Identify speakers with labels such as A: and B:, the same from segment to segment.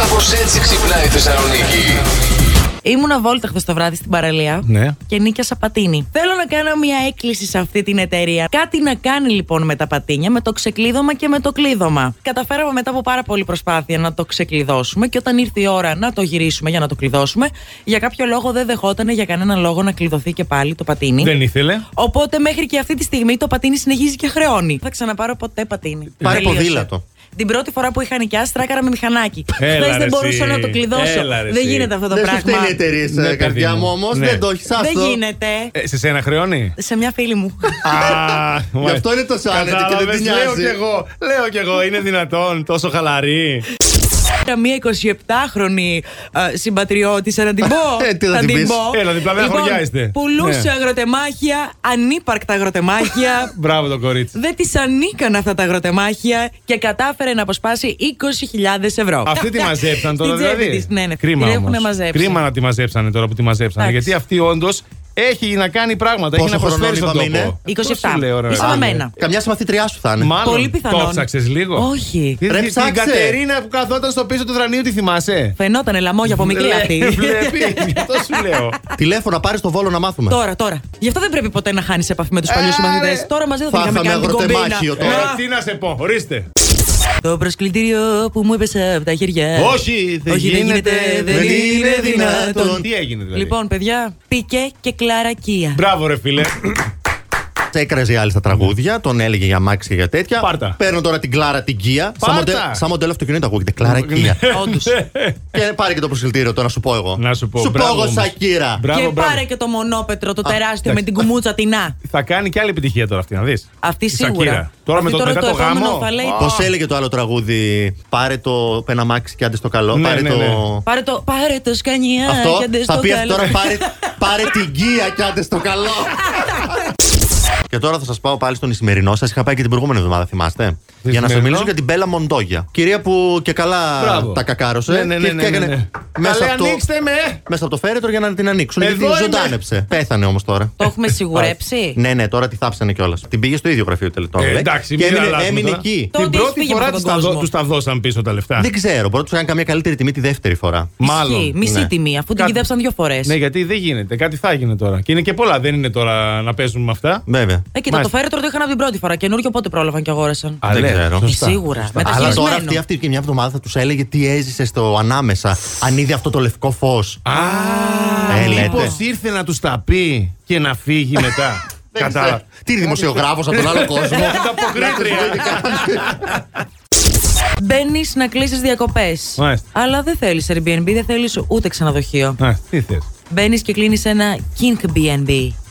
A: Κάπως έτσι ξυπνάει η Θεσσαλονίκη.
B: Ήμουνα βόλτα χθες το βράδυ στην παραλία
C: Ναι.
B: και νίκιασα πατίνι. Θέλω να κάνω μια έκκληση σε αυτή την εταιρεία. Κάτι να κάνει λοιπόν με τα πατίνια, με το ξεκλείδωμα και με το κλείδωμα. Καταφέραμε μετά από πάρα πολλή προσπάθεια να το ξεκλειδώσουμε και όταν ήρθε η ώρα να το γυρίσουμε για να το κλειδώσουμε, για κάποιο λόγο δεν δεχότανε για κανέναν λόγο να κλειδωθεί και πάλι το πατίνι.
C: Δεν ήθελε.
B: Οπότε μέχρι και αυτή τη στιγμή το πατίνι συνεχίζει και χρεώνει. Θα ξαναπάρω ποτέ πατίνι.
C: Ε,
D: Πάρε
B: Τελείωσε.
D: ποδήλατο.
B: Την πρώτη φορά που είχα νοικιάσει, τράκαρα με μηχανάκι.
C: Έλα,
B: Χθες
C: ρε,
B: δεν μπορούσα
C: εσύ.
B: να το κλειδώσω.
C: Έλα, ρε,
B: δεν
C: εσύ.
B: γίνεται αυτό το
D: Δεν σου
B: πράγμα.
D: φταίνει η εταιρεία,
C: Ναι, παιδί
D: καρδιά
C: μου.
D: μου όμως.
C: Ναι.
D: Δεν το έχεις
B: Δεν
D: άστο.
B: γίνεται.
C: Ε, σε σένα χρεώνει.
B: Σε μια φίλη μου.
C: Α,
D: Γι' αυτό είναι τόσο άνετη και δεν
C: Κατάλαβες,
D: την
C: Λέω κι
D: νοιάζει.
C: εγώ, λέω κι εγώ, είναι δυνατόν τόσο χαλαρή.
B: Μια 27χρονη ε, συμπατριώτη, να την πω.
D: Ε, τι θα την πεις.
B: πω.
C: Έλα, διπλανά
B: Λοιπόν,
C: χωριά είστε.
B: Πουλούσε
C: Ναι.
B: αγροτεμάχια, ανύπαρκτα αγροτεμάχια.
C: Μπράβο το κορίτσι.
B: Δεν της ανήκαν αυτά τα αγροτεμάχια και κατάφερε να αποσπάσει 20.000 ευρώ.
C: Αυτή τη μαζέψαν τώρα
B: Στην τσέπη
C: δηλαδή.
B: της, ναι, ναι.
C: Κρίμα
B: Την
C: όμως.
B: έχουν μαζέψει.
C: Κρίμα να τη μαζέψανε τώρα που τη μαζέψανε.
B: Εντάξει.
C: Γιατί αυτή όντως έχει να κάνει πράγματα.
D: Πόσο
C: έχει να προσφέρει στον
B: λοιπόν
D: χρονών
C: τόπο.
D: είπαμε είναι?
C: Αυτό σου
B: 27.
C: λέω, ρε,
B: Είσαι
C: παιδί.
B: με μένα.
D: Καμιά συμμαθήτριά σου θα είναι.
C: Μάλλον
B: Πολύ πιθανόν.
C: Το ψάξε λίγο.
B: Όχι.
C: Τι-
D: Ρε,
C: τι- Την
D: ψάξε.
C: Κατερίνα που καθόταν στο πίσω του δρανίου, τη θυμάσαι.
B: Φαινότανε λαμόγια από μικρή αυτή.
C: Βλέπει, αυτό σου λέω.
D: Τηλέφωνα, πάρει στο βόλο να μάθουμε.
B: Τώρα, τώρα. Γι' αυτό δεν πρέπει ποτέ να χάνεις επαφή με τους παλιούς
C: Ε,
B: συμμαθητές.
C: ρε.
B: Τώρα μαζί δεν θα είχαμε
D: Φάγαμε
B: κάνει την κομπίνα. Ε,
D: αγροτεμάχιο τώρα.
C: Τώρα
B: Να.
C: τι να σε πω, ορίστε.
B: Το προσκλητήριο που μου έπεσε από τα χέρια.
C: Όχι, δεν
B: Ε, Όχι, δεν γίνεται,
C: γίνεται, δεν
B: δεν είναι
C: είναι
B: δυνατόν.
C: Τι έγινε δηλαδή.
B: Λοιπόν, παιδιά, πήκε και κλαρακία.
C: Μπράβο, ρε φίλε.
D: Έκραζε η άλλη στα τραγούδια, τον έλεγε για μάξι και για τέτοια.
C: Πάρτα.
D: Παίρνω τώρα την Κλάρα την Κία. Σαν,
C: Πάρτα. Ναι.
D: μοντέλο, σαν μοντέλο αυτοκινήτου ακούγεται. Κλάρα Κία.
B: Όντως.
D: και πάρε και το προσκλητήριο τώρα, να σου πω εγώ.
C: Να σου πω,
D: Σου πω
C: μπράβο
D: εγώ,
C: όμως.
D: Σακύρα.
C: Μπράβο,
B: και
C: μπράβο.
B: πάρε και το μονόπετρο, το τεράστιο με
C: εντάξει.
B: την κουμούτσα την Α.
C: Θα κάνει και άλλη επιτυχία τώρα αυτή, να δεις.
B: Αυτή σίγουρα.
C: Τώρα με
B: Αυτή
C: το, μετά το,
B: επόμενο
C: γάμο.
B: θα λέει,
D: Πώς έλεγε το άλλο τραγούδι, Πάρε το ένα μάξι και άντε στο καλό.
C: Ναι,
D: πάρε
C: ναι,
D: το.
C: ναι.
B: Πάρε το, πάρε το σκανιά
D: Αυτό
B: και άντε
D: θα
B: στο
D: πει αυτή
B: καλό.
D: τώρα πάρε, πάρε την Κία και άντε στο καλό. και τώρα θα σας πάω πάλι στον Ισημερινό. Σας είχα πάει και την προηγούμενη εβδομάδα, θυμάστε. για να σα
C: Ισημερινό.
D: μιλήσω για την Μπέλα Μοντόγια. Κυρία που και καλά
C: Μπράβο.
D: τα κακάρωσε.
C: Ναι, ναι, ναι,
D: και-
C: ναι,
D: και έκανε
C: ναι.
D: Μέσα
C: Καλέ,
D: από το-
C: ανοίξτε Ε, με!
D: μέσα από το φέρετρο για να την ανοίξουν.
C: Εδώ
D: γιατί
C: είμαι.
D: ζωντάνεψε. Πέθανε όμως τώρα.
B: Το έχουμε σιγουρέψει.
D: Ναι, ναι, τώρα τη θάψανε κιόλας. Την πήγε στο ίδιο γραφείο τελετών.
C: Ε,
D: λέει.
C: εντάξει,
D: και
C: μην
D: έμεινε,
C: αλλάζουμε
D: έμεινε
C: τώρα.
D: εκεί.
B: Το-
C: Την
B: Τότε
C: πρώτη
B: φύγε
C: φορά
B: από τον κόσμο.
C: τους τα δώσαν πίσω τα λεφτά.
D: Δεν ξέρω, μπορεί να του έκανε καμία καλύτερη τιμή τη δεύτερη φορά.
C: Μάλλον.
B: Ισχύει, μισή
D: ναι.
B: τιμή, αφού την
C: Κάτι-
B: κυδέψαν δύο Ε, φορές.
C: Ναι, γιατί δεν γίνεται. Κάτι θα έγινε τώρα. Και είναι και πολλά. Δεν είναι τώρα να παίζουν με αυτά.
D: Βέβαια.
B: Ε, κοίτα, το
C: Μάλιστα.
B: φέρετρο το είχαν από την πρώτη φορά. Καινούριο πότε πρόλαβαν και αγόρασαν.
C: Α,
D: δεν
C: λέει.
D: ξέρω.
B: Ε,
C: Σωστά.
B: σίγουρα.
D: Αλλά τώρα
B: Μεταχειρισμένο.
D: αυτή, αυτή και μια εβδομάδα θα τους έλεγε τι έζησε στο ανάμεσα. Αν είδε αυτό το λευκό φως.
C: Α,
D: Ε, λέτε.
C: μήπως ήρθε να τους τα πει και να φύγει μετά. Κατάλαβα.
D: Τι δημοσιογράφος από τον άλλο κόσμο.
C: Ανταποκρίτρια.
B: Μπαίνεις να κλείσει διακοπές.
C: Μάλιστα.
B: Αλλά δεν θέλεις Airbnb, δεν θέλεις ούτε ξενοδοχείο.
C: Α, Τι θες.
B: Μπαίνεις και κλείνεις ένα King BNB.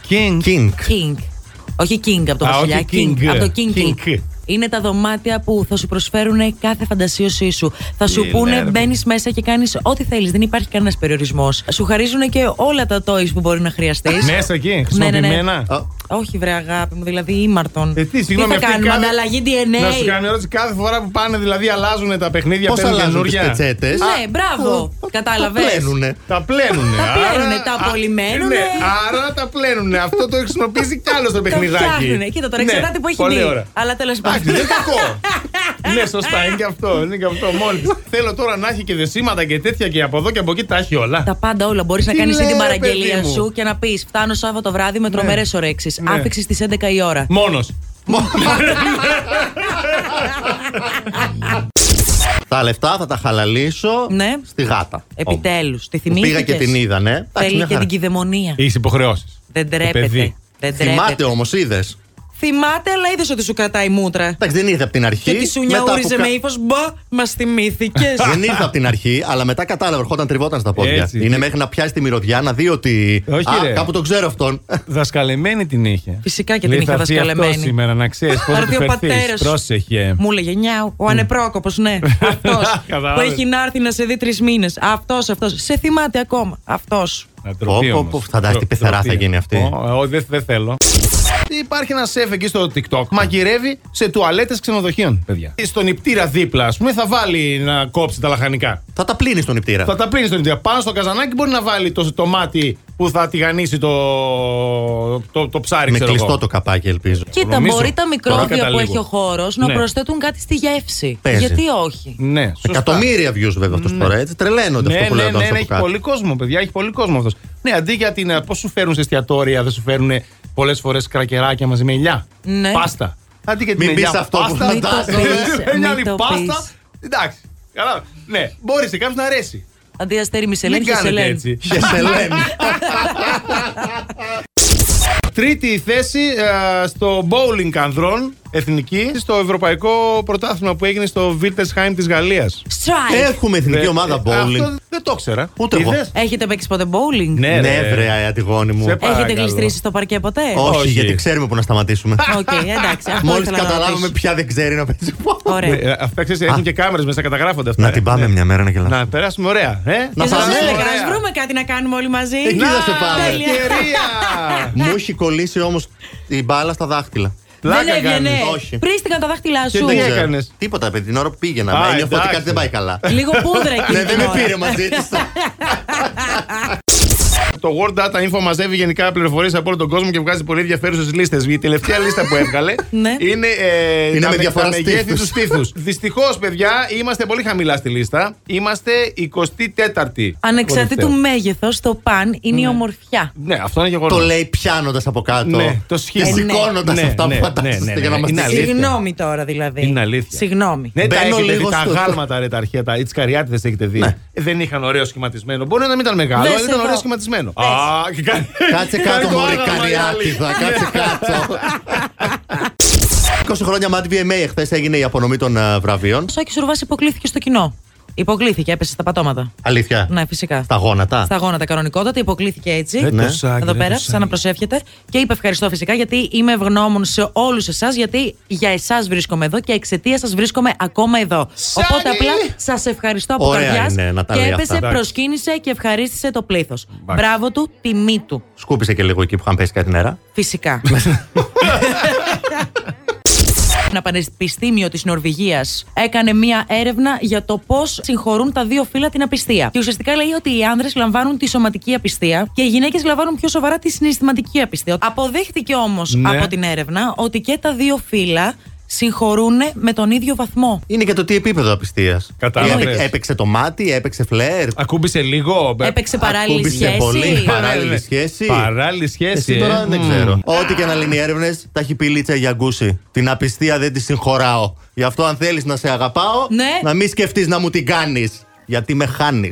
C: King.
D: King.
B: King. Όχι King από το
C: Α,
B: βασιλιά.
C: όχι King.
B: Από το King, King.
C: King.
B: Είναι τα δωμάτια που θα σου προσφέρουν κάθε φαντασίωσή σου. Θα σου
C: Τι
B: πούνε,
C: λέει, ρε.
B: μπαίνεις μέσα και κάνεις ό,τι θέλεις. Δεν υπάρχει κανένας περιορισμός. Σου χαρίζουν και όλα τα toys που μπορεί να χρειαστείς.
C: Μέσα εκεί,
B: Ναι, ναι, ναι.
C: χρησιμοποιημένα.
D: Α,
B: Όχι, βρε αγάπη μου, δηλαδή ήμαρτον.
C: Ε, τι, συγγνώμη,
B: θα
C: αυτοί
B: κάνουμε,
C: κάνουν-
B: ανταλλαγή DNA.
C: Να σου κάνω ερώτηση κάθε φορά που πάνε, δηλαδή αλλάζουν τα παιχνίδια,
D: Πώς
C: παίρνουν
D: αλλάζουν ναι. τι
C: καινούρια.
D: πετσέτες.
B: Ναι, μπράβο. Κατάλαβες.
C: Τα πλένουνε.
B: Τα
C: άρα-
B: πλένουνε, τα
C: α,
B: απολυμμένουνε.
C: Ναι, άρα τα πλένουνε. Αυτό το χρησιμοποιήσει κι άλλο το παιχνιδάκι.
B: φτιάχνουνε. Κοίτα τώρα,
C: Ναι,
B: εξαρτάται που έχει
C: πολύ
B: μπει.
C: ωραία.
B: Αλλά τέλος
C: Εντάξει,
B: πάντων.
C: Δεν είναι κακό. Ναι, σωστά, είναι και αυτό. Είναι και αυτό μόλις. Θέλω τώρα να έχει και δεσίματα και τέτοια και από εδώ και από εκεί τα έχει όλα.
B: Τα πάντα όλα. Μπορείς να
C: Τι
B: κάνεις
C: λέω,
B: την
C: ρε,
B: παραγγελία
C: παιδί μου.
B: σου και να πεις: Φτάνω Σάββατο βράδυ με τρομερέ ορέξει.
C: Ναι.
B: Άφηξη στι 11 η ώρα.
C: Μόνος.
D: Τα λεφτά θα τα χαλαλίσω
B: Ναι.
D: στη γάτα.
B: Επιτέλους. Τη
D: Όμως.
B: θυμήθηκες.
D: Πήγα και την είδα, ναι. Εντάξει,
B: Θέλει
D: μια
B: και
D: χαρά. Ε,
B: την κυδαιμονία.
C: Έχει υποχρεώσεις.
B: Δεν τρέπεται.
C: παιδί.
B: Δεν
D: Θυμάται
B: τρέπεται.
D: όμως, είδες.
B: Θυμάται, αλλά είδες ότι σου κρατάει μούτρα.
D: Εντάξει, δεν ήρθε από την αρχή.
B: Και τη σου
D: Ε, μετά από
B: νιαούριζε
D: κα-
B: με ύφος. Μπα, μας θυμήθηκες.
D: Δεν ήρθε από την αρχή, αλλά μετά κατάλαβε, ερχόταν τριβόταν στα πόδια.
C: Έτσι.
D: Είναι μέχρι να πιάσει τη μυρωδιά, να δει ότι.
C: Όχι,
D: Α,
C: ρε.
D: κάπου τον ξέρω αυτόν.
C: Δασκαλεμένη την είχε.
B: Φυσικά και
C: Λέει,
B: την είχε
C: θα έρθει
B: δασκαλεμένη.
C: Αυτό σήμερα να ξέρεις πώ
B: Θα
C: θα
B: έρθει
C: του
B: ο
C: φερθείς.
B: πατέρας.
C: Πρόσεχε.
B: Μου έλεγε νιάου. Ο ανεπρόκοπος, ναι. Αυτός που
C: Κατάλαβες.
B: έχει να έρθει να σε δει τρεις μήνες. Αυτός, αυτός. Σε θυμάται ακόμα. Αυτός.
C: Να τροπεί
D: Πω, πω,
C: όμως.
D: πω, φαντάζεσαι τι
C: Τρο-
D: πεθερά
C: τροπεί.
D: θα γίνει αυτή.
C: Ω, Εγώ δεν δεν θέλω. Υπάρχει ένα σεφ εκεί στο TikTok. Μαγειρεύει σε τουαλέτες ξενοδοχείων, παιδιά. Στον υπτήρα δίπλα, ας πούμε, θα βάλει να κόψει τα λαχανικά.
D: Θα τα πλύνει στον νηπτήρα.
C: Θα τα πλύνει στον υπτήρα. Πάνω στο καζανάκι μπορεί να βάλει το, το μάτι που θα τηγανίσει το, το, το ψάρι,
D: Με
C: ξέρω εγώ.
D: κλειστό το καπάκι, ελπίζω.
B: Κοίτα,
C: Νομίζω.
B: μπορεί τα
C: Τώρα
B: μικρόβια που
C: καταλήγω.
B: έχει ο χώρος να
C: Ναι.
B: προσθέτουν κάτι στη γεύση.
D: Παίζει.
B: Γιατί όχι.
C: Ναι, σωστά.
D: Εκατομμύρια views βέβαια αυτός τώρα. Έτσι τρελαίνονται
C: Ναι,
D: αυτό που
C: ναι,
D: λέω
C: ναι,
D: όταν
C: ναι,
D: στο
C: έχει
D: κάτω.
C: πολύ κόσμο, παιδιά. Έχει πολύ κόσμο αυτός. Ναι, αντί για την. Πώς σου φέρουν σε εστιατόρια, δεν σου φέρουν πολλές φορές κρακεράκια μαζί με ελιά.
B: Ναι.
C: Πάστα. Αντί για την
D: Μην
C: ελιά.
D: πεις αυτό που
C: πάστα,
B: Μην το πεις,
C: Μια
B: μην
C: άλλη
B: το
C: πάστα.
B: πεις.
C: Εντάξει. Καλά. Ναι, μπορεί σε κάποιου να αρέσει.
B: Αντί αστέρι Μισελέν,
C: Μην κάνετε
B: Χεσελέν.
C: έτσι.
D: Χεσελένη.
C: Τρίτη θέση ε, στο bowling ανδρών εθνική στο ευρωπαϊκό πρωτάθλημα που έγινε στο Βίλτεσχάιμ της Γαλλίας. Ε.
B: Strike.
D: Έχουμε εθνική ομάδα bowling.
C: Ναι, Αυτό δεν το ήξερα.
D: Ούτε εγώ.
C: Είδες?
B: Έχετε παίξει ποτέ bowling.
C: Ναι,
D: Ναι,
C: ρε.
D: βρε, αε, Αντιγόνη μου.
C: Σε πα-
B: Έχετε
C: παρακαλώ.
B: γλιστρήσει στο παρκέ ποτέ.
D: Όχι,
C: Όχι.
D: γιατί ξέρουμε που να σταματήσουμε.
B: Οκ, εντάξει. αυτό
D: Μόλις
B: ήθελα να
D: καταλάβουμε
B: ρωτήσω.
D: ποια δεν ξέρει να παίζει πόντο.
B: Ωραία.
C: Ε, Αυτά ξέρεις, έχουν και κάμερες μέσα, καταγράφονται αυτά.
D: Να
C: ε.
D: την πάμε
C: Ναι.
D: μια μέρα να γελάσουμε.
C: Να περάσουμε ωραία. Ε?
D: Να
B: Και
D: πάμε.
B: σα έλεγα,
C: Ωραία. Ε,
B: α βρούμε κάτι να κάνουμε όλοι μαζί.
D: Εκεί θα σε πάμε.
B: τέλεια.
C: Ευκαιρία!
B: Ναι.
D: Μου έχει κολλήσει όμως η μπάλα στα δάχτυλα.
B: Δεν
C: Πλάκα
B: έβγαινε.
C: κάνεις.
D: όχι.
B: Πρίστηκαν τα δάχτυλά σου.
C: τι
D: Δεν ξέρω.
C: έκανες?
D: Τίποτα, παιδί. Την ώρα που πήγαινα.
C: Α,
D: με Ένιωθα ότι
C: εντάξει.
D: κάτι δεν πάει καλά.
B: Λίγο πούδρα εκεί.
D: Ναι, δεν
B: την
D: με
B: ώρα.
D: πήρε μαζί της.
C: Το World Data Info μαζεύει γενικά πληροφορίες από όλο τον κόσμο και βγάζει πολύ ενδιαφέρουσες λίστες. Η τελευταία λίστα που έβγαλε
B: Ναι.
C: είναι, ε,
D: Είναι
C: τα,
D: με διαφορά
C: τα μεγέθη
D: στήθους.
C: τους στήθους. Δυστυχώς, παιδιά, είμαστε πολύ χαμηλά στη λίστα. Είμαστε 24η.
B: Ανεξαρτήτου
C: Κορυφαίο.
B: μέγεθος, το παν είναι η ομορφιά.
C: Ναι, αυτό είναι γεγονός.
D: Το λέει πιάνοντας από κάτω.
C: Ναι, το σχήμα.
D: Και σηκώνοντας
C: Ναι,
D: αυτά που
C: ναι, ναι,
D: φαντάζεστε
C: ναι,
D: για να μας
C: είναι αλήθεια.
B: Συγγνώμη τώρα δηλαδή.
C: Είναι αλήθεια.
B: Συγγνώμη.
C: Ναι, τα
D: Μπαίνω
C: έχετε δει,
D: λίγο
C: τα
D: στο-
C: γάλματα ρε, τα αρχαία, τα τσικαριάτιδε έχετε δει.
D: Ναι.
C: Ε, Δεν είχαν ωραίο σχηματισμένο. Μπορεί να μην ήταν μεγάλο,
B: Δες
C: αλλά ήταν
B: εδώ.
C: ωραίο σχηματισμένο.
B: Δες.
C: Α, και κάνει-
D: Κάτσε
C: κάνει
D: κάτω,
C: το
D: Μωρή
C: άγαλμα, η άλλη. Ναι.
D: Καριάτιδα. Κάτσε κάτω. 20 χρόνια Mad VMA, εχθές έγινε η απονομή των ε, βραβείων.
B: Ο Σάκης Σουρβά υποκλήθηκε στο κοινό. Υποκλήθηκε, έπεσε στα πατώματα.
D: Αλήθεια.
B: Ναι, φυσικά.
D: Στα γόνατα.
B: Στα γόνατα κανονικότατα, υποκλήθηκε έτσι.
C: Ε, το
D: Ναι.
C: Σάκη,
B: Εδώ
C: ρε,
B: πέρα,
C: το
B: σαν να
C: Σάκη.
B: προσεύχετε. Και είπε ευχαριστώ φυσικά γιατί είμαι ευγνώμων σε όλους εσάς, γιατί για εσάς βρίσκομαι εδώ και εξαιτίας σας βρίσκομαι ακόμα εδώ.
C: Σάκη!
B: Οπότε απλά σας ευχαριστώ από
D: Ωραία
B: καρδιάς
D: είναι να τα
B: Και
D: λέει
B: έπεσε,
D: αυτά.
B: προσκύνησε και ευχαρίστησε το πλήθος. Μπράβο του, τιμή του.
D: Σκούπισε και λίγο εκεί που είχαν πέσει κάτι νερά.
B: Φυσικά. Ένα πανεπιστήμιο της Νορβηγίας έκανε μία έρευνα για το πώς συγχωρούν τα δύο φύλλα την απιστία. Και ουσιαστικά λέει ότι οι άνδρες λαμβάνουν τη σωματική απιστία και οι γυναίκες λαμβάνουν πιο σοβαρά τη συναισθηματική απιστία. Αποδείχθηκε όμως
C: Ναι.
B: από την έρευνα ότι και τα δύο φύλλα συγχωρούν με τον ίδιο βαθμό.
D: Είναι και το τι επίπεδο απιστίας.
C: Κατάλαβες.
D: Έπαιξε το μάτι, έπαιξε φλερ.
C: Ακούμπησε λίγο.
B: Έπαιξε παράλληλη
D: ακούμπησε
B: σχέση.
D: πολύ.
C: Ναι, ναι, ναι.
D: Παράλληλη σχέση.
C: Παράλληλη σχέση.
D: Εσύ τώρα
C: ε.
D: δεν
C: Μμμ.
D: ξέρω. Ό,τι και να λένε οι έρευνες, τα έχει πει η Λίτσα Γιαγκούση. Την απιστία δεν τη συγχωράω. Γι' αυτό, αν θέλεις να σε αγαπάω,
B: Ναι.
D: να μην σκεφτείς να μου την κάνεις. Γιατί με χάνεις.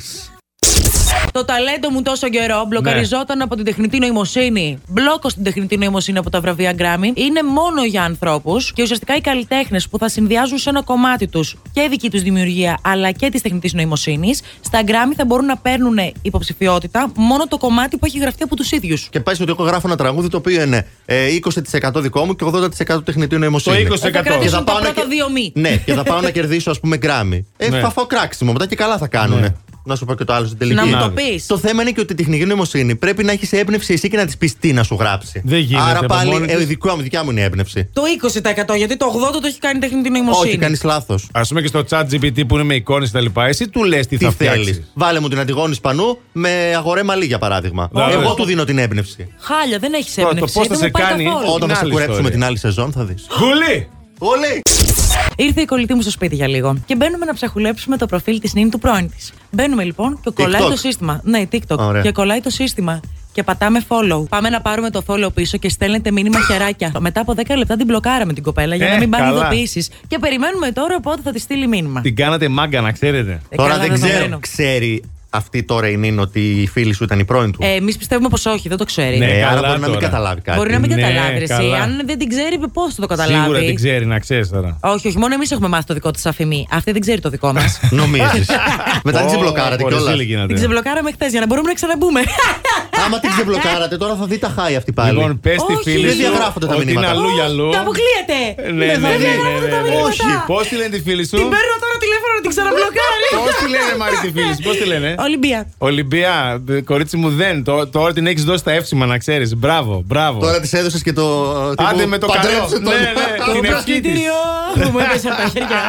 B: Το ταλέντο μου τόσο καιρό μπλοκαριζόταν
C: Ναι.
B: από την τεχνητή νοημοσύνη. Μπλόκο στην τεχνητή νοημοσύνη από τα βραβεία Grammy είναι μόνο για ανθρώπους και ουσιαστικά οι καλλιτέχνες που θα συνδυάζουν σε ένα κομμάτι τους και δική τους δημιουργία αλλά και της τεχνητής νοημοσύνης, στα Grammy θα μπορούν να παίρνουν υποψηφιότητα μόνο το κομμάτι που έχει γραφτεί από τους ίδιους.
D: Και πάει ότι εγώ γράφω ένα τραγούδι το οποίο είναι ε, 20% δικό μου και 80% τεχνητή νοημοσύνη.
C: Το 20%
B: Θα
D: Και
B: κρατήσουν
D: θα
B: τα
D: πάω να
B: πρώτα
D: κε-
B: δύο μη.
D: Ναι, και θα πάω να κερδίσω, ας πούμε, γκράμμι. Ε,
C: Ναι.
D: θα φάω κράξιμο μετά και καλά θα κάνουν. Να σου πω και το άλλο στην τελική.
B: Να μου το
C: Να
B: πεις.
D: Το θέμα είναι και ότι η τεχνική νοημοσύνη πρέπει να έχεις έμπνευση εσύ και να της πεις τι να σου γράψει.
C: Δεν γίνεται,
D: Άρα
C: από μόνη
D: πάλι
C: της.
D: ε, δικιά μου, δικιά μου είναι η έμπνευση.
B: Το 20% γιατί το 80% το έχει κάνει η τεχνητή νοημοσύνη.
D: Όχι, κάνεις λάθος.
C: Ας πούμε και στο chat GPT που είναι με εικόνες τα λοιπά. Εσύ του λες τι,
D: Τι
C: θα
D: θέλεις.
C: φτιάξεις.
D: Βάλε μου την Αντιγόνης Σπανού με αγορέ μαλλί για παράδειγμα.
C: Μπράβο.
D: Εγώ του δίνω την έμπνευση.
B: Χάλια, δεν έχεις
C: Τώρα, το
B: έμπνευση.
C: πώς θα
B: δεν
C: σε
B: μου πάει
C: κάνει
B: καθόλου.
D: Όταν
C: είναι
D: θα σε
C: άλλη
D: κουρέψουμε
C: ιστορία.
D: την άλλη σεζόν θα δεις.
C: Γουλή!
D: Όλοι!
B: Ήρθε η κολλητή μου στο σπίτι για λίγο και μπαίνουμε να ψαχουλέψουμε το προφίλ της νυν του πρώην της. Μπαίνουμε λοιπόν και κολλάει
D: TikTok.
B: το σύστημα. Ναι, TikTok.
D: Ωραία.
B: Και κολλάει το σύστημα. Και πατάμε follow. Πάμε να πάρουμε το follow πίσω και στέλνετε μήνυμα χεράκια. Μετά από 10 λεπτά την μπλοκάραμε την κοπέλα για
C: Ε,
B: να μην πάνε
C: καλά.
B: ειδοποιήσεις. Και περιμένουμε τώρα πότε θα τη στείλει μήνυμα.
C: Την κάνατε μάγκα, να ξέρετε.
B: Ε,
D: Τώρα
B: καλά,
D: δεν ξέρω.
B: δεδομένο.
D: Ξέρει αυτή τώρα η Νίν ότι η φίλη σου ήταν η πρώην του.
B: Ε, Εμείς πιστεύουμε πως όχι, δεν το ξέρει.
C: Ναι,
D: Ε, άρα
C: καλά
D: μπορεί να μην
C: τώρα.
D: καταλάβει κάτι.
B: Μπορεί να μην
C: ναι,
B: καταλάβει. ρε, εσύ.
C: καλά.
B: Αν δεν την ξέρει, πώς θα το καταλάβει.
C: Σίγουρα την ξέρει, να ξέρεις τώρα.
B: Όχι, όχι, μόνο εμείς έχουμε μάθει το δικό της αφημί. Αυτή δεν ξέρει το δικό μας.
D: Νομίζεις. Μετά την ξεμπλοκάρατε
C: Ω,
D: κιόλα.
C: πορεσίλη γίνατε.
B: την ξεμπλοκάραμε χθες για να μπορούμε να ξαναμπούμε.
D: Άμα την ξεμπλοκάρατε, τώρα θα δει τα χάη αυτή πάλι.
C: Λοιπόν, πες τη
B: Όχι.
C: φίλη
B: Δεν
C: σου.
D: διαγράφονται τα
C: ότι
D: μηνύματα.
C: Είναι αλλού για αλλού.
B: Τα αποκλείεται!
C: Ναι, ναι, ναι,
B: Δεν διαγράφονται
C: ναι,
B: τα
C: ναι, ναι.
B: μηνύματα.
C: Όχι. Πώς τη λένε τη φίλη σου.
B: Την παίρνω τώρα τηλέφωνο να την ξαναμπλοκάρει.
C: Πώς τη λένε, Μάρι, τη φίλη σου. Πώς τη λένε.
B: Ολυμπία.
C: Ολυμπία, ε, κορίτσι μου δεν. Το- Τώρα την έχεις δώσει τα εύσημα, να ξέρεις. Μπράβο, μπράβο.
D: Τώρα τη έδωσες και το. τύπου,
C: Άντε με το καλό.
D: παντρέψε τον.
C: Ναι, ναι.
B: Το
C: Την ευχή της. Ναι.
B: προσκητήριο μου έπεσε από τα χέρια.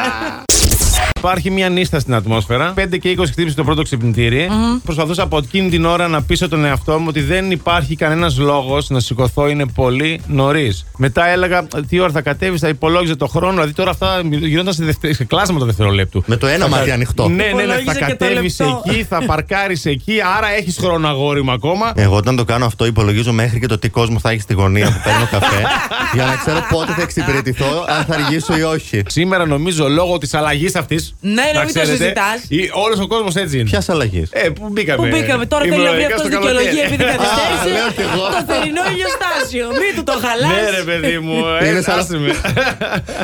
C: Υπάρχει μια νύστα στην ατμόσφαιρα. 5 και 20 χτύπησε το πρώτο ξυπνητήρι. Προσπαθούσα από εκείνη την ώρα να πείσω τον εαυτό μου ότι δεν υπάρχει κανένας λόγος να σηκωθώ, είναι πολύ νωρίς. Μετά έλεγα τι ώρα θα κατέβεις, θα υπολόγιζε το χρόνο. Δηλαδή τώρα αυτά γινόταν σε, δευτε... σε κλάσμα το δευτερολέπτου.
D: Με το ένα μάτι ανοιχτό.
C: Ναι, ναι, ναι, θα
B: Υπολόγιζε και το
C: κατέβεις
B: λεπτό.
C: εκεί, θα παρκάρεις εκεί, άρα έχεις χρόνο αγόρι μου ακόμα.
D: Εγώ όταν το κάνω αυτό, υπολογίζω μέχρι και το τι κόσμο θα έχει στη γωνία που παίρνω καφέ. για να ξέρω πότε θα εξυπηρετηθώ, αν θα αργήσω ή όχι.
C: Σήμερα νομίζω λόγω της αλλαγής αυτής.
B: Ναι, ναι, μην το συζητάς.
C: Όλος ο κόσμος έτσι είναι.
D: Ποιας αλλαγής.
C: Ε, που μπήκαμε.
B: Πού μπήκαμε τώρα, θέλει να
C: Ήμουν
B: βρει
C: λογικά
B: αυτό
C: στο καλοκαίρι.
B: δικαιολογία επειδή καθυστέρησε.
D: λέω κι εγώ.
B: Το θερινό ηλιοστάσιο. Μην του το
C: Ναι, ρε
B: χαλάσει.
C: παιδί μου,
D: Είναι
C: ε,
D: σαν-
C: άσε με.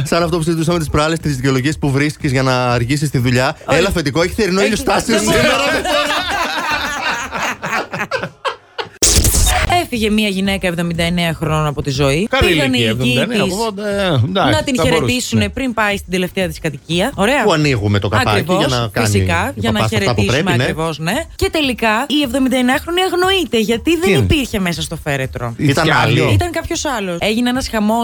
D: Σαν αυτό που συζητούσαμε τις προάλλες, τις δικαιολογίες που βρίσκεις για να αργήσεις τη δουλειά. Έλα φετικό, έχει θερινό
B: Έχει-
D: ηλιοστάσιο
B: δεν μπορώ.
D: σήμερα.
B: Έφυγε μια γυναίκα 79 χρόνων από τη ζωή.
C: Καλή
B: Πήγαν οι
C: ηλικία, 79,
B: οικοί της
C: 80, ε, εντάξει,
B: να την
C: θα μπορούσε,
B: χαιρετήσουν
C: ναι.
B: πριν πάει στην τελευταία της κατοικία. Ωραία.
D: Που ανοίγουμε το καπάκι
B: Ακριβώς,
D: για να κάνει.
B: φυσικά,
D: ο
B: για να
D: παπάς αυτά που
B: χαιρετήσουμε
D: πρέπει, ναι.
B: ακριβώς, ναι. Και τελικά η 79χρονη αγνοείται γιατί δεν
C: είναι?
B: υπήρχε μέσα στο φέρετρο.
D: Ήταν
C: Τι
D: άλλη.
C: άλλο.
B: Ήταν κάποιος άλλος. Έγινε ένας χαμός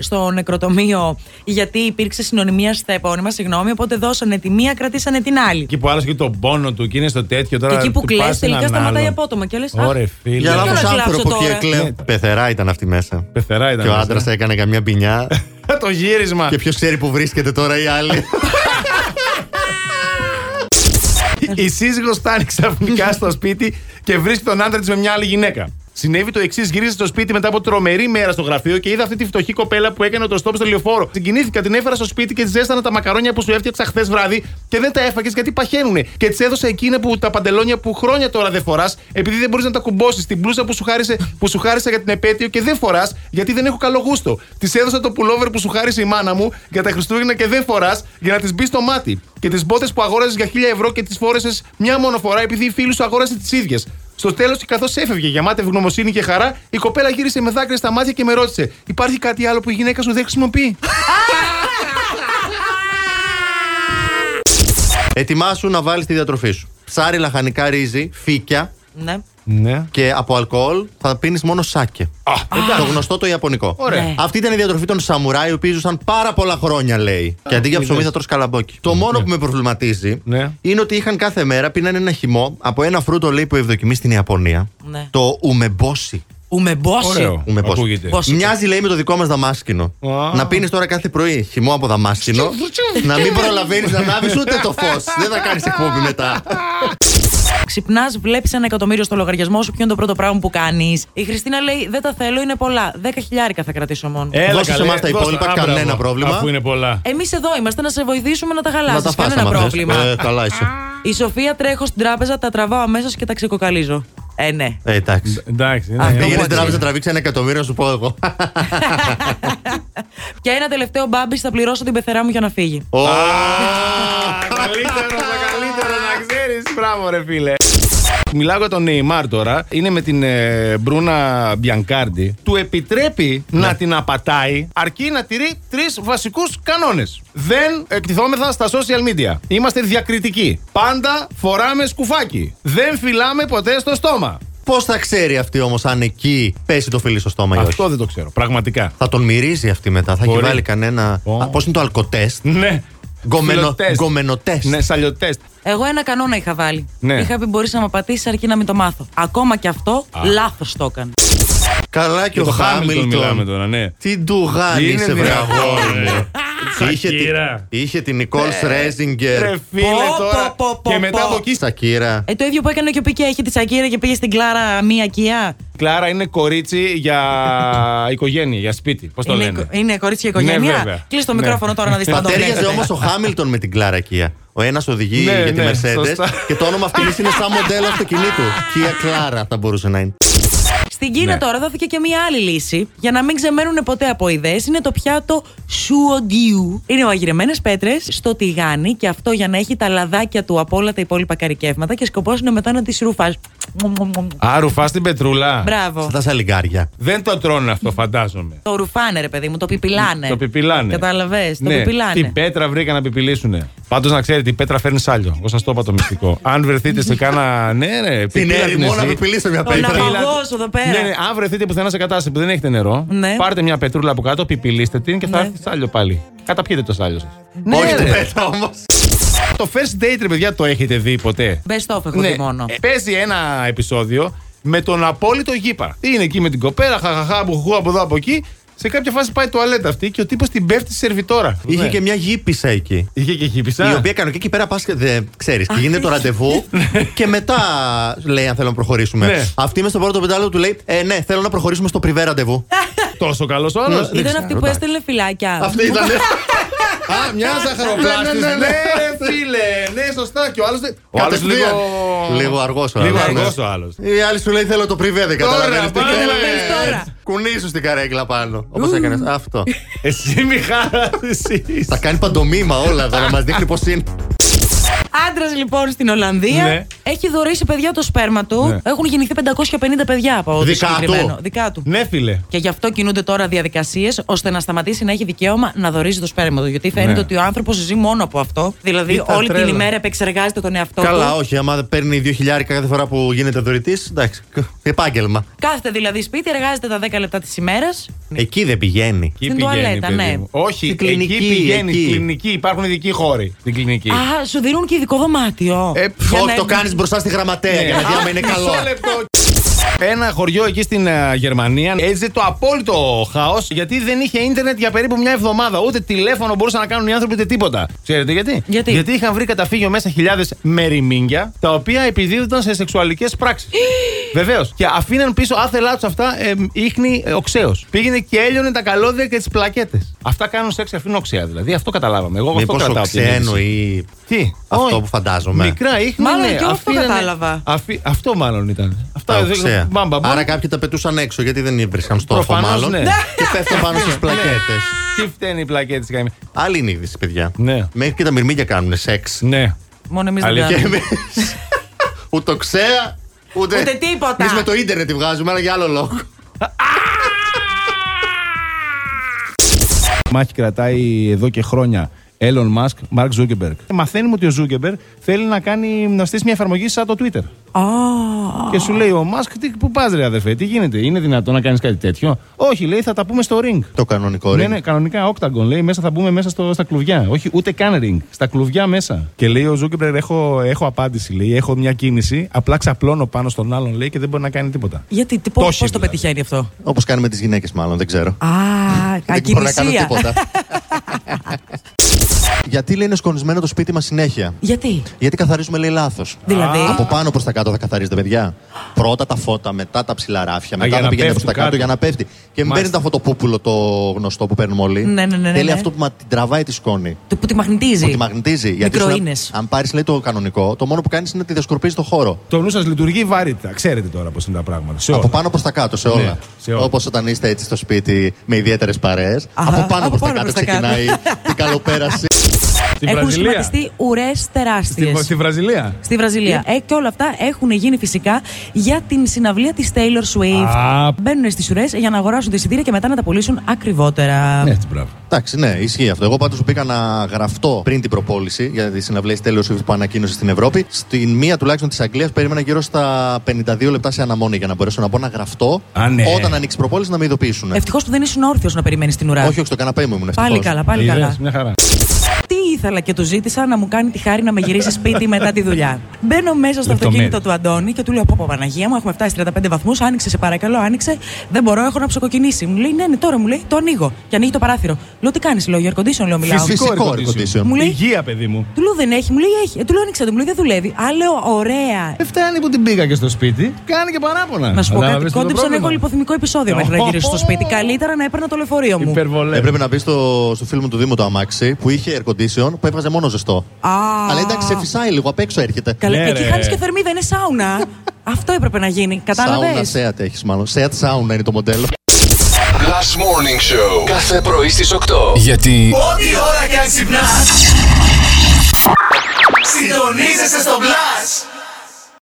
B: στο νεκροτομείο γιατί υπήρξε συνωνυμία στα επώνυμα, συγγνώμη. Οπότε δώσανε τη μία, κρατήσανε την άλλη.
C: Εκεί που άλλο και τον πόνο του και είναι στο τέτοιο τώρα.
B: Και εκεί που
C: χτυπάς
B: κλαις, τελικά
C: έναν
B: σταματάει
C: άλλον.
B: απότομα και λες, «Αχ,
C: Ωρε φίλε.
D: Για
B: να
C: Ποιος
D: λάθος
B: κλάψω
D: άνθρωπο και
B: τώρα.
D: εκλέ. Πεθερά ήταν αυτή μέσα.
C: Ναι. Πεθερά ήταν. ναι.
D: Και ο
C: μέσα.
D: άντρας έκανε καμιά πινιά.
C: Το γύρισμα.
D: Και ποιος ξέρει που βρίσκεται τώρα η άλλη.
C: Η σύζυγος φτάνει ξαφνικά στο σπίτι και βρίσκει τον άντρα της με μια άλλη γυναίκα. Συνέβη το εξής: γύρισε στο σπίτι μετά από τρομερή μέρα στο γραφείο και είδα αυτή τη φτωχή κοπέλα που έκανε το στόπ στο λεωφόρο. Συγκινήθηκα, την έφερα στο σπίτι και της ζέστανα τα μακαρόνια που σου έφτιαξα χθες βράδυ και δεν τα έφαγες γιατί παχαίνουνε. Και της έδωσα εκείνα που τα παντελόνια που χρόνια τώρα δεν φοράς, επειδή δεν μπορείς να τα κουμπώσεις. Την μπλούζα που σου, χάρισε, που σου χάρισα για την επέτειο και δεν φοράς γιατί δεν έχω καλό γούστο. Της έδωσα το πουλόβερ που σου χάρισε η μάνα μου για τα Χριστούγεννα και δεν φοράς για να της μπεις στο μάτι. Και τις μπότες που αγόραζες για 1000 ευρώ και τις φόρεσες μια μόνο φορά επειδή η φίλη σου αγόρασε τις ίδιες. Στο τέλος, και καθώς έφευγε γεμάτη ευγνωμοσύνη και χαρά, η κοπέλα γύρισε με δάκρυα στα μάτια και με ρώτησε: Υπάρχει κάτι άλλο που η γυναίκα σου δεν χρησιμοποιεί.
D: Ετοιμάσου να βάλεις τη διατροφή σου. Ψάρι, λαχανικά, ρύζι, φύκια
B: Ναι.
C: Ναι.
D: και από αλκοόλ θα πίνεις μόνο σάκε. το γνωστό το Ιαπωνικό.
C: Ωραία.
B: Ναι.
D: Αυτή ήταν η διατροφή των Σαμουράι, οι οποίοι ζούσαν πάρα πολλά χρόνια, λέει. Και αντί για ψωμί θα τρως καλαμπόκι. Το μόνο που με προβληματίζει
C: Ναι.
D: είναι ότι είχαν κάθε μέρα πίνανε ένα χυμό από ένα φρούτο, λέει, που ευδοκιμεί στην Ιαπωνία.
B: Ναι.
D: Το ουμεμπόσι.
B: Ουμεμπόση.
D: Ου με πώς.
C: Ακούγεται.
B: Πώς.
D: Μοιάζει, λέει, με το δικό μας δαμάσκινο.
C: Α.
D: Να πίνεις τώρα κάθε πρωί χυμό από δαμάσκινο. να μην προλαβαίνεις να ανάβεις ούτε το φως. Δεν θα κάνεις εκπομπή μετά.
B: Ξυπνάς, βλέπεις ένα εκατομμύριο στο λογαριασμό σου. Ποιο είναι το πρώτο πράγμα που κάνεις. Η Χριστίνα λέει: Δεν τα θέλω, είναι πολλά. Δέκα χιλιάρικα θα κρατήσω μόνο.
C: Έλα,
D: Δώσε σε
C: καλέ,
D: μας τα
C: δώσε.
D: υπόλοιπα,
C: Α,
D: κανένα
C: μπράβο.
D: πρόβλημα.
C: Αφού είναι πολλά.
B: Εμείς εδώ είμαστε να σε βοηθήσουμε να τα
D: να τα
B: χαλάσεις.
D: φας
B: Κανένα
D: άμα θες.
B: πρόβλημα.
D: Ε, καλά είσαι.
B: Η Σοφία τρέχω στην τράπεζα, τα τραβάω αμέσως και τα ξεκοκαλίζω. Ε, ναι.
D: Ε, εντάξει. Ε,
C: Εντάξει. ναι.
B: Αυτό
D: Πήγαινε
B: μπορεί.
D: στην τράπεζα να τραβήξει ένα εκατομμύριο, να σου πω εγώ.
B: Και ένα τελευταίο μπάμπι θα πληρώσω την πεθερά μου για να φύγει.
D: Ω,
C: καλύτερο, το καλύτερο να ξέρει. Μπράβο, ρε φίλε. Μιλάω για τον Νεϊμάρ τώρα. Είναι με την ε, Μπρούνα Μπιανκάρντι. Του επιτρέπει
D: Ναι.
C: να την απατάει αρκεί να τηρεί τρεις βασικούς κανόνες. Δεν εκτιθόμεθα στα social media. Είμαστε διακριτικοί. Πάντα φοράμε σκουφάκι. Δεν φυλάμε ποτέ στο στόμα.
D: Πώς θα ξέρει αυτή όμως αν εκεί πέσει το φίλι στο στόμα ή όχι.
C: Αυτό δεν το ξέρω. Πραγματικά.
D: Θα τον μυρίζει αυτή μετά. Θα έχει
C: Μπορεί.
D: βάλει κανένα.
C: Ω.
D: Πώς είναι το αλκοτέστ.
C: Ναι.
D: Γκομενο-
C: Φιλοτέστ.
D: γκομενοτέστ.
C: Ναι, σαλιοτέστ.
B: Εγώ ένα κανόνα είχα βάλει.
C: Ναι.
B: Είχα πει: Μπορείς να με πατήσεις αρκεί να μην το μάθω. Ακόμα και αυτό λάθος το έκανε.
D: Καλά και
C: Και
D: ο
C: το Χάμιλτον μιλάμε
D: Χάμιλτον.
C: τώρα, ναι.
D: Τι ντουγάνι
C: Είναι
D: είσαι, βρε
C: δυνατόν,
D: αγόρι
C: ρε.
B: Ε,
D: μου. Είχε τη-
C: Σακύρα.
D: Είχε την Νικόλ
C: Ε, Ρε
D: Σρέζιγκερ.
C: φίλε
B: Πω,
C: τώρα.
B: πω, πω, πω,
C: Και μετά
B: πω.
C: από εκεί
D: Σακύρα.
B: Ε, το ίδιο που έκανε και ο Πικέ. Είχε τη Σακύρα και πήγε στην Κλάρα μία κοιά.
C: Κλάρα είναι κορίτσι για οικογένεια, για σπίτι. Πώς το
B: είναι,
C: λένε.
B: κο- είναι κορίτσι και
C: Ναι,
B: οικογένεια.
C: βέβαια.
B: Κλείς το
C: Ναι.
B: μικρόφωνο τώρα να Ναι. δει
D: Θα
B: το
D: τέριαζε
B: βλέπετε.
D: όμως ο Χάμιλτον με την Κλάρα Κία. Ο ένας οδηγεί
C: Ναι,
D: για τη
C: ναι,
D: Mercedes
C: σωστά.
D: και το όνομα αυτής είναι σαν μοντέλο αυτοκινήτου. Κία Κλάρα θα μπορούσε να είναι.
B: Στην Κίνα
C: Ναι.
B: τώρα δόθηκε και μία άλλη λύση για να μην ξεμένουν ποτέ από ιδέες. Είναι το πιάτο σουοντιού. Είναι μαγειρεμένε πέτρες στο τηγάνι και αυτό για να έχει τα λαδάκια του από όλα τα υπόλοιπα καρικεύματα και σκοπός είναι μετά να τις ρουφάς.
C: Α, ρουφάς την πετρούλα.
B: Μπράβο.
D: Σαν τα σαλιγκάρια.
C: Δεν το τρώνε αυτό, φαντάζομαι.
B: Το ρουφάνε, ρε παιδί μου, το πιπιλάνε.
C: Το πιπιλάνε.
B: Κατάλαβες, Ναι. το
C: ναι.
B: πιπιλάνε.
C: Τι πέτρα βρήκα να πιπιλήσουνε. Πάντως να ξέρετε, η πέτρα φέρνει σάλιο. Εγώ σας το είπα το μυστικό. Αν βρεθείτε σε κάνα. Ναι, ρε,
D: Την
C: πιπίλα
D: έρημο να
C: εσύ.
D: επιπηλήσω μια
B: Το να
D: πέτρα.
B: πάω.
C: Πιπίλα-
B: παγώσω εδώ πέρα.
C: Ναι, ναι, αν βρεθείτε πουθενά σε κατάσταση που δεν έχετε νερό,
B: Ναι.
C: πάρτε μια πετρούλα από κάτω, πιπιλήστε την και θα
B: Ναι.
C: έρθει σάλιο πάλι. Καταπιείτε το σάλιο σα.
D: Όχι την πέτρα όμως.
C: Το first date, ρε παιδιά, το έχετε δει ποτέ.
B: Best of έχω δει μόνο.
C: Ε, Παίζει ένα επεισόδιο με τον απόλυτο γήπα. Είναι εκεί με την κοπέλα, χαχαχά, μπουχού από εδώ από εκεί. Σε κάποια φάση πάει τουαλέτα αυτή και ο τύπος την πέφτει στη σερβιτόρα.
D: Είχε
C: Ναι.
D: και μια γήπησα εκεί.
C: Είχε και χύπησα.
D: Η οποία κανονικά εκεί πέρα πας και δεν ξέρεις. Και γίνεται το ραντεβού και μετά λέει αν θέλω να προχωρήσουμε.
C: Ναι.
D: Αυτή με στο πρώτο πεντάλεπτο του λέει «Ε, Ναι, θέλω να προχωρήσουμε στο πριβέ ραντεβού.
C: Τόσο καλός όρο.
D: Ναι. δεν
B: Ήταν
D: ξέρω,
B: αυτή που
D: εντάξει.
B: έστελνε φυλάκια.
D: Αυτή ήταν.
C: Α, μια ζαχαροπλάστης.
D: Ναι, ναι, ναι,
C: Ναι,
D: ναι.
C: ρε φίλε. Ναι, σωστά. Και ο άλλος. Ο άλλος
D: Κατευθείαν.
C: λίγο.
D: Λίγο αργός ο
C: Λίγο
D: άλλος, ναι.
C: αργό ο άλλος.
D: Η άλλη σου λέει θέλω το πριβέ, δεν
C: Τώρα,
D: καταλαβαίνεις τι
C: πάμε.
D: κάνεις».
B: Πες τώρα.
D: Κουνήσου στην καρέκλα πάνω. Όπως έκανες. Αυτό.
C: Εσύ μη χάσει.
D: Θα κάνει παντομήμα όλα εδώ να μας δείχνει πώς είναι.
B: Άντρας λοιπόν στην Ολλανδία
C: Ναι.
B: έχει δωρήσει παιδιά το σπέρμα του.
C: Ναι.
B: Έχουν γεννηθεί 550 παιδιά από ό,τι
D: Δικά του.
B: συγκεκριμένο. Δικά του.
C: Ναι, φίλε.
B: Και γι' αυτό κινούνται τώρα διαδικασίες ώστε να σταματήσει να έχει δικαίωμα να δωρίζει το σπέρμα του. Γιατί φαίνεται
C: Ναι.
B: ότι ο άνθρωπος ζει μόνο από αυτό. Δηλαδή,
C: Ήταν
B: όλη
C: τρέλα.
B: την ημέρα επεξεργάζεται τον εαυτό
D: Καλά,
B: του.
D: όχι. Άμα παίρνει 2 χιλιάρικα κάθε φορά που γίνεται δωρητής, εντάξει. Επάγγελμα.
B: Κάθεται δηλαδή σπίτι, εργάζεται τα 10 λεπτά της ημέρας.
D: Εκεί δεν πηγαίνει.
C: Εκεί
B: Στην
C: πηγαίνει,
B: τουαλέτα,
C: παιδί
B: ναι.
C: μου. Όχι,
D: Στην κλινική,
C: εκεί πηγαίνει.
D: εκεί.
C: Στην κλινική υπάρχουν ειδικοί χώροι. Στην κλινική.
B: Α, σου δίνουν και ειδικό δωμάτιο.
C: Ε,
B: Για
D: Όχι,
B: να-
D: το κάνεις μπροστά στη γραμματέα για να δει άμα είναι
C: Ναι. Μισό
D: καλό.
C: λεπτό. Ένα χωριό εκεί στην ε, Γερμανία έζησε το απόλυτο χάος γιατί δεν είχε ίντερνετ για περίπου μια εβδομάδα. Ούτε τηλέφωνο μπορούσαν να κάνουν οι άνθρωποι ούτε τίποτα. Ξέρετε γιατί.
B: Γιατί?
C: είχαν βρει καταφύγιο μέσα χιλιάδες μεριμίνγκια τα οποία επιδίδονταν σε σεξουαλικές πράξεις. Βεβαίως. Και αφήναν πίσω άθελά του αυτά ε, ίχνη ε, οξέω. Πήγαινε και έλειωνε τα καλώδια και τις πλακέτες. Αυτά κάνουν σεξ και αφήνουν οξέα δηλαδή. Αυτό καταλάβαμε. Εγώ αυτό
D: Μήπως ο
C: κρατάω. την
D: ξένο
C: είδηση.
D: ή.
C: Τι,
D: Αυτό
C: όχι.
D: που φαντάζομαι.
C: Μικρά ίχνη.
B: Μάλλον
C: ναι,
B: και εγώ αυτό
C: αφήνανε-
B: κατάλαβα.
C: αφή- Αυτό μάλλον ήταν.
D: τα
C: Αυτά δεν
D: οξέα.
C: Μπαμπα, μπαμπα.
D: Άρα κάποιοι τα πετούσαν έξω γιατί δεν βρίσκαν στόχο
C: Προφανώς,
D: μάλλον.
C: ναι.
D: Και πέφτουν πάνω στις πλακέτες.
C: Τι φταίνει η πλακέτη τη καμία.
D: Άλλη είναι η είδηση, παιδιά.
C: Ναι.
D: Μέχρι και τα μυρμήγκια κάνουν σεξ.
C: Ναι.
B: Μόνο εμείς δεν
C: Αλήθεια.
D: Και
B: κάνουμε.
D: εμείς ούτε οξέα, ούτε,
B: Ούτε τίποτα.
D: Εμείς με το ίντερνετ τη βγάζουμε, αλλά για άλλο λόγο.
C: Μάχη κρατάει εδώ και χρόνια. Elon Musk, Mark Zuckerberg. Ε, Μαθαίνουμε ότι ο Zuckerberg θέλει να, κάνει, να στήσει μια εφαρμογή σαν το Twitter.
B: Α,
C: Και σου λέει ο Musk, τι, πού πας ρε αδερφέ, τι γίνεται, είναι δυνατόν να κάνεις κάτι τέτοιο. Όχι, λέει, θα τα πούμε στο ring.
D: Το κανονικό
C: Ναι, ναι, κανονικά Octagon. Λέει μέσα θα μπούμε μέσα στο, στα κλουβιά. Όχι, ούτε καν ring. Στα κλουβιά μέσα. Και λέει ο Ζούκεμπερ, έχω, έχω απάντηση. Λέει, έχω μια κίνηση. Απλά ξαπλώνω πάνω στον άλλον, λέει, και δεν μπορεί να κάνει τίποτα.
B: γιατί
C: Το
B: πώ
C: έχει
B: το
C: δηλαδή.
B: πετυχαίνει αυτό.
D: Όπως κάνουμε τις γυναίκες, μάλλον, δεν ξέρω.
B: Α,
D: δεν μπορώ να κάνω
B: ακινησία.
D: τίποτα. Γιατί λέει είναι σκονισμένο το σπίτι μας συνέχεια.
B: Γιατί,
D: Γιατί καθαρίζουμε, λέει, λάθος.
B: δηλαδή.
D: Από πάνω προς τα κάτω θα καθαρίζετε, παιδιά. Πρώτα τα φώτα, μετά τα ψηλά ράφια, μετά
C: για
D: θα
C: να
D: πηγαίνετε προ
C: πέφτουν
D: τα κάτω
C: κάτω.
D: για να πέφτει. Και μην
C: Μάλιστα.
D: παίρνετε αυτό το πούπουλο το γνωστό που παίρνουμε όλοι.
B: Ναι, ναι, ναι, ναι,
D: Θέλει
B: ναι.
D: αυτό που μα την τραβάει τη σκόνη.
B: Του που τη μαγνητίζει.
D: Που τη μαγνητίζει. Γιατί σου να-
B: Μικροίνες.
D: αν πάρεις, λέει, το κανονικό, το μόνο που κάνεις είναι ότι διασκορπίζεις το χώρο.
C: Το νου σας λειτουργεί βαρύτητα. Ξέρετε τώρα πώς είναι τα πράγματα. Σε
D: Από
C: όλα.
D: πάνω προς τα κάτω, σε όλα.
C: Ναι, σε όλα.
D: Όπως όταν είστε έτσι στο σπίτι με ιδιαίτερες παρέες.
B: Αχα,
D: Από πάνω
B: από
D: προς
B: πάνω
D: τα κάτω
B: προς τα κάτω.
D: ξεκινάει η καλοπέραση.
C: Στην
B: Έχουν
C: Βραζιλία.
B: σχηματιστεί ουρές τεράστιες.
C: Στη, στη Βραζιλία.
B: Στη Βραζιλία. Ε, και όλα αυτά έχουν γίνει φυσικά για την συναυλία της Taylor Swift.
C: Α.
B: Μπαίνουν στις ουρές για να αγοράσουν τα εισιτήρια και μετά να τα πουλήσουν ακριβότερα.
C: Ναι, έτσι, μπράβο.
D: Εντάξει, ναι, ισχύει αυτό. Εγώ πάντως μπήκα να γραφτώ πριν την προπόληση για τι συναυλίε τέλο Swift που ανακοίνωσε στην Ευρώπη. Στην μία τουλάχιστον της Αγγλίας περίμενα γύρω στα 52 λεπτά σε αναμονή για να μπορέσω να μπω να γραφτώ.
C: Α, ναι.
D: Όταν ανοίξει η προπόληση να με ειδοποιήσουν.
B: Ευτυχώς που δεν ήσουν όρθιο να περιμένεις την ουρά.
D: Όχι, όχι, στο καναπέ μου ήμουν.
B: Πάλι
D: ευτυχώς.
B: καλά, πάλι
C: Είδες,
B: καλά.
C: μια χαρά.
B: Τι ήθελα και του ζήτησα να μου κάνει τη χάρη να με γυρίσει σπίτι μετά τη δουλειά. Μπαίνω μέσα στο
C: Λεπτομέρεια.
B: αυτοκίνητο του Αντώνη και του λέω: Πω, πω, Παναγία μου, έχουμε φτάσει 35 βαθμούς. Άνοιξε, σε παρακαλώ, άνοιξε. Δεν μπορώ, έχω να ψοκοκινήσει. Μου λέει: Ναι, ναι, τώρα μου λέει: Το ανοίγω. Και ανοίγει το παράθυρο. Λέω: Τι κάνεις, λέω: Your condition, λέω: Μιλάω.
D: Φυσικό
C: Φυσικό
D: air condition.
B: Μου λέει-
C: Υγεία, παιδί μου.
B: Του λέω: Δεν έχει, μου λέει: Έχει. Ε, του λέω: Άνοιξε το, μου λέει: Δεν δουλεύει. Α, λέω: Ωραία.
C: Δεν φτάνει που την πήγα και στο σπίτι. Κάνει και παράπονα.
B: Να σου πω κάτι.
C: Κατάλαβες το
B: Κόντεψα να
C: πρόβλημα.
B: έχω λιποθυμικό επεισόδιο μέχρι να γυρίσω στο σπίτι. Καλύτερα να έπαιρνα το λεωφορείο μου.
C: Υπερβολές.
D: Έπρεπε να μπεις στο, στο φίλο μου του Δήμου το αμάξι που είχε air condition που έβγαζε μόνο ζεστό.
B: Α.
D: Αλλά εντάξει, σε φυσάει λίγο, απ' έξω έρχεται.
B: Καλά,
C: Ναι,
B: και εκεί
C: ρε.
B: χάνεις και θερμίδα, είναι σάουνα. Αυτό έπρεπε να γίνει.
D: Σάουνα
B: Κατάλαβε.
D: Seat έχεις μάλλον. Seat Sauna είναι το μοντέλο.
A: Last Morning Show. Κάθε πρωί στις 8.
E: Γιατί
F: Ό,τι ώρα κι αν ξυπνάς Συντονίζεσαι στο Blast!